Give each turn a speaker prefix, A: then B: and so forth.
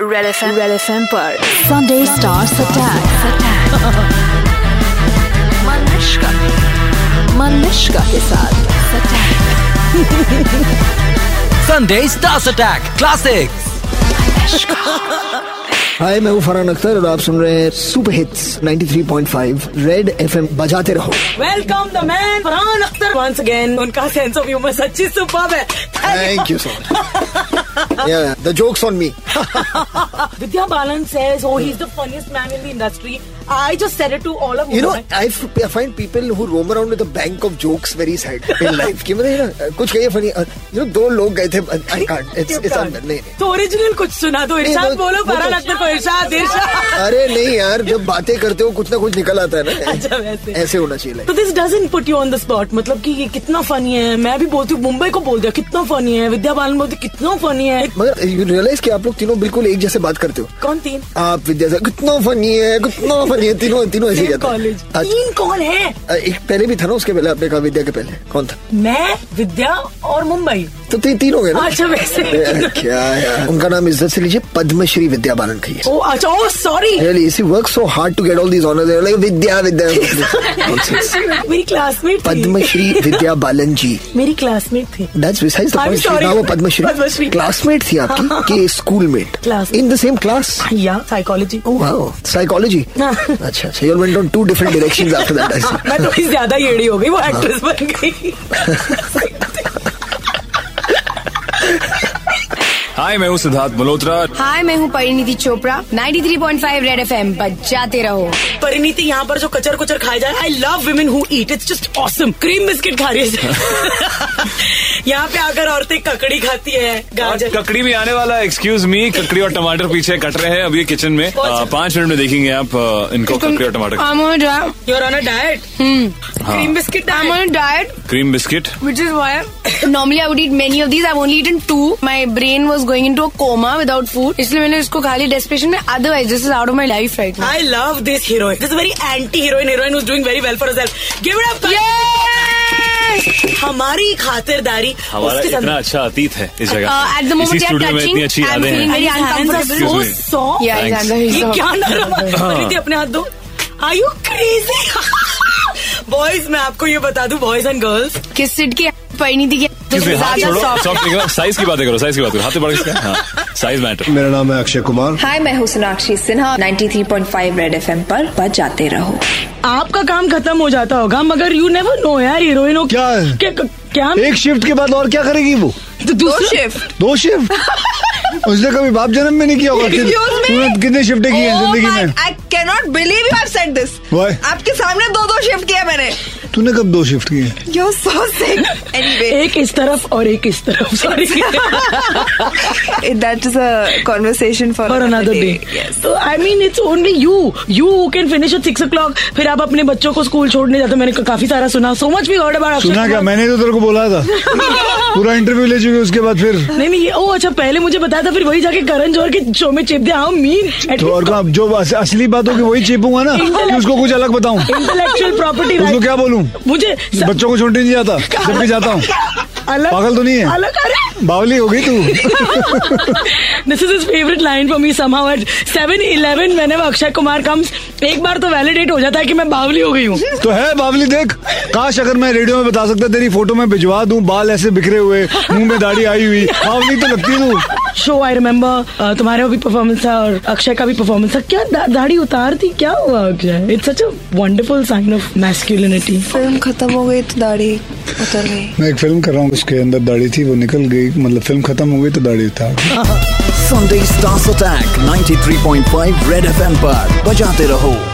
A: Red F red FM एम पर Sunday stars attack मनुष्का मनुष्का के साथ
B: Sunday stars attack classic
C: hi मैं हूँ फरहान अख्तर और आप सुन रहे हैं सुपर हिट्स 93.5 रेड एफएम बजाते रहो
D: welcome the man Farhan Akhtar once again उनका सेंस ऑफ ह्यूमर सच्ची सुपर है
C: thank you so much the jokes on me
D: Vidya Balan says oh he's the funniest man in the industry i just said it to all of
C: you know
D: you
C: I find people who roam around with a bank of jokes very sad in life कि मतलब you know, कुछ कहिए funny you know दो लोग गए थे I can't it's it's नहीं नहीं।
D: तो ओरिजिनल कुछ सुना दो
C: नहीं,
D: इरशाद
C: वो-
D: बोलो
C: वो
D: फरहान
C: तो-
D: अख्तर को इरशाद इरशाद
C: अरे नहीं यार जब बातें करते हो कुछ ना कुछ निकल आता है
D: अच्छा,
C: ना
D: वैसे।
C: ऐसे होना चाहिए
D: तो this doesn't put you on the spot मतलब कि ये कितना फनी है मैं भी बोलती हूँ मुंबई को बोल दिया कितना फनी है विद्या बालन बोलती कितना फनी है
C: मगर यू रियलाइज कि आप लोग तीनों बिल्कुल एक जैसे बात करते हो
D: कौन तीन
C: आप विद्या से कितना फनी है कितना फनी है तीनों तीनों ऐसे ही
D: तीन
C: कहते हैं।
D: कॉलेज
C: अच्छा।
D: तीन कौन है
C: अ, एक पहले भी था ना उसके पहले आपने कहा विद्या के पहले कौन था
D: मैं विद्या और मुंबई
C: तो ती, तीन हो गए ना
D: अच्छा, वैसे।
C: अरे, क्या यार उनका नाम इज्जत से लीजिए पद्मश्री विद्या बालन की
D: ओ अच्छा oh sorry
C: really she work so hard to get all these honours like Vidya Vidya Nonsense.
D: मेरी क्लासमेट
C: पद्मश्री विद्या बालन जी
D: मेरी क्लासमेट थी
C: that's besides the
D: I'm
C: point
D: sorry.
C: ना वो पद्मश्री
D: पद्मश्री। हाँ,
C: क्लासमेट थी आपकी कि schoolmate
D: Classmate.
C: In the same class
D: या साइकोलॉजी
C: वाओ साइकोलॉजी
D: हाँ।
C: Oh, अच्छा so you went on to different directions after that I
D: मैं थोड़ी ज्यादा येड़ी हो गई वो एक्ट्रेस बन गई
E: हाय मैं हूँ सिद्धार्थ मल्होत्रा
F: हाय मैं हूँ परिणीति चोपड़ा 93.5 रेड एफएम बजाते रहो
D: परिणीति यहाँ पर जो कचर कुचर खाया जा रहा है I love women who eat it's just awesome cream biscuit खा रही है यहाँ पे आकर औरतें ककड़ी खाती है
E: और
D: गाजर
E: ककड़ी भी आने वाला एक्सक्यूज मी ककड़ी और टमाटर पीछे कट रहे हैं अभी किचन में आ, पाँच मिनट में देखेंगे आप आ, इनको ककड़ी और
F: हाँ।
E: टमाटर
F: diet
D: you're on a diet
E: हाँ।
D: Cream biscuit diet
E: cream biscuit
F: which is why normally I would eat many of these. I've only eaten two. My brain was going into a coma without food. इसलिए मैंने इसको खा ली desperation में. Otherwise, this is out of my life right now.
D: I love this heroine this very anti heroine heroine is doing very well for self give it up
F: Yes!
D: हमारी खातिरदारी
E: हमारा
D: उसके
E: इतना अच्छा अतीत है इस जगह
F: Uh, at the moment
E: इसी
F: they are
E: स्टूडियो में
F: touching.
E: इतनी अच्छी
F: I'm
E: यादें
F: feeling
E: हैं
F: very uncomfortable.
D: So
E: Excuse me.
D: Saw
F: Yeah,
E: Thanks.
F: Alexander, he's
D: ये
G: तो-
F: the-
D: क्या नरम
G: हाँ।
D: परिधि अपने हाथ दो आर यू क्रेजी बॉयज मैं आपको ये बता दूं बॉयज एंड गर्ल्स
F: किस सिट की परिणीति की
E: Excuse me, हाथ
F: ज्यादा
E: छोड़ो
F: soft.
E: सॉफ्ट निकलो साइज की बातें करो साइज की बात करो हाथ तो बड़ा किसका हाँ साइज मैटर
G: मेरा नाम है अक्षय कुमार
H: हाय मैं हूँ सोनाक्षी सिन्हा 93.5 रेड एफएम पर बजाते रहो
D: आपका काम खत्म हो जाता होगा मगर यू नेवर नो यार हीरोइनो
G: क्या है?
D: क्या क्या
G: एक शिफ्ट के बाद और क्या करेगी वो
D: तो दूसरे
G: दो शिफ्ट उसने कभी बाप जन्म में नहीं किया होगा कि- तूने कितने शिफ्टें की
F: Oh
G: हैं जिंदगी में
H: I can not believe you have said this
G: Why?
H: आपके सामने दो दो शिफ्ट किया मैंने
G: तूने कब दो शिफ्ट की हैं
H: यू सो सिक एनीवे
D: एक इस तरफ और एक इस तरफ sorry
H: that is a conversation for
D: और अनदर डे तो I mean it's only you you can finish at six o'clock फिर आप अपने बच्चों को स्कूल छोड़ने जाते हो मैंने काफी सारा सुना so much we heard about
G: सुना क्या मैंने तो तेरे को बोला था पूरा इंटरव्यू ले चुके उसके बाद फिर
D: नहीं नहीं ये- ओ अच्छा पहले मुझे बताया था फिर वही जाके करण जोहर के शो में चिप दिया मीन
G: तो और कहाँ जो अस- असली बात होगी वही चेपूंगा ना कि उसको कुछ अलग बताऊं
D: इंटेलेक्चुअल प्रॉपर्टी
G: उसको क्या बोलूं
D: मुझे सब-
G: बच्चों को छोड़ने नहीं जाता जब भी जाता हूँ
D: अलग
G: पागल तो नहीं है?
D: अलग अरे
G: बावली हो गई तू
D: this is his favourite line for me somehow at 7 eleven मैंने अक्षय कुमार कम्स एक बार तो वैलिडेट हो जाता है कि मैं बावली हो गई हूँ
G: तो है बावली देख काश अगर मैं रेडियो में बता सकता तेरी फोटो में भिजवा दूं बाल ऐसे बिखरे हुए मुंह में दाढ़ी आई हुई बावली तो लगती है तू
D: शो आई रिमेम्बर तुम्हारा भी परफॉर्मेंस था और अक्षय का भी परफॉर्मेंस था क्या दा, दाढ़ी उतार थी क्या हुआ Akshay it's such a wonderful sign of masculinity
H: film खत्म हो गई तो दाढ़ी उतर गई
G: मैं एक फिल्म कर रहा हूँ उसके अंदर दाढ़ी थी वो निकल गई मतलब फिल्म खत्म हो गई तो दाढ़ी था
B: Sunday stars attack 93.5 red FM पर बजाते रहो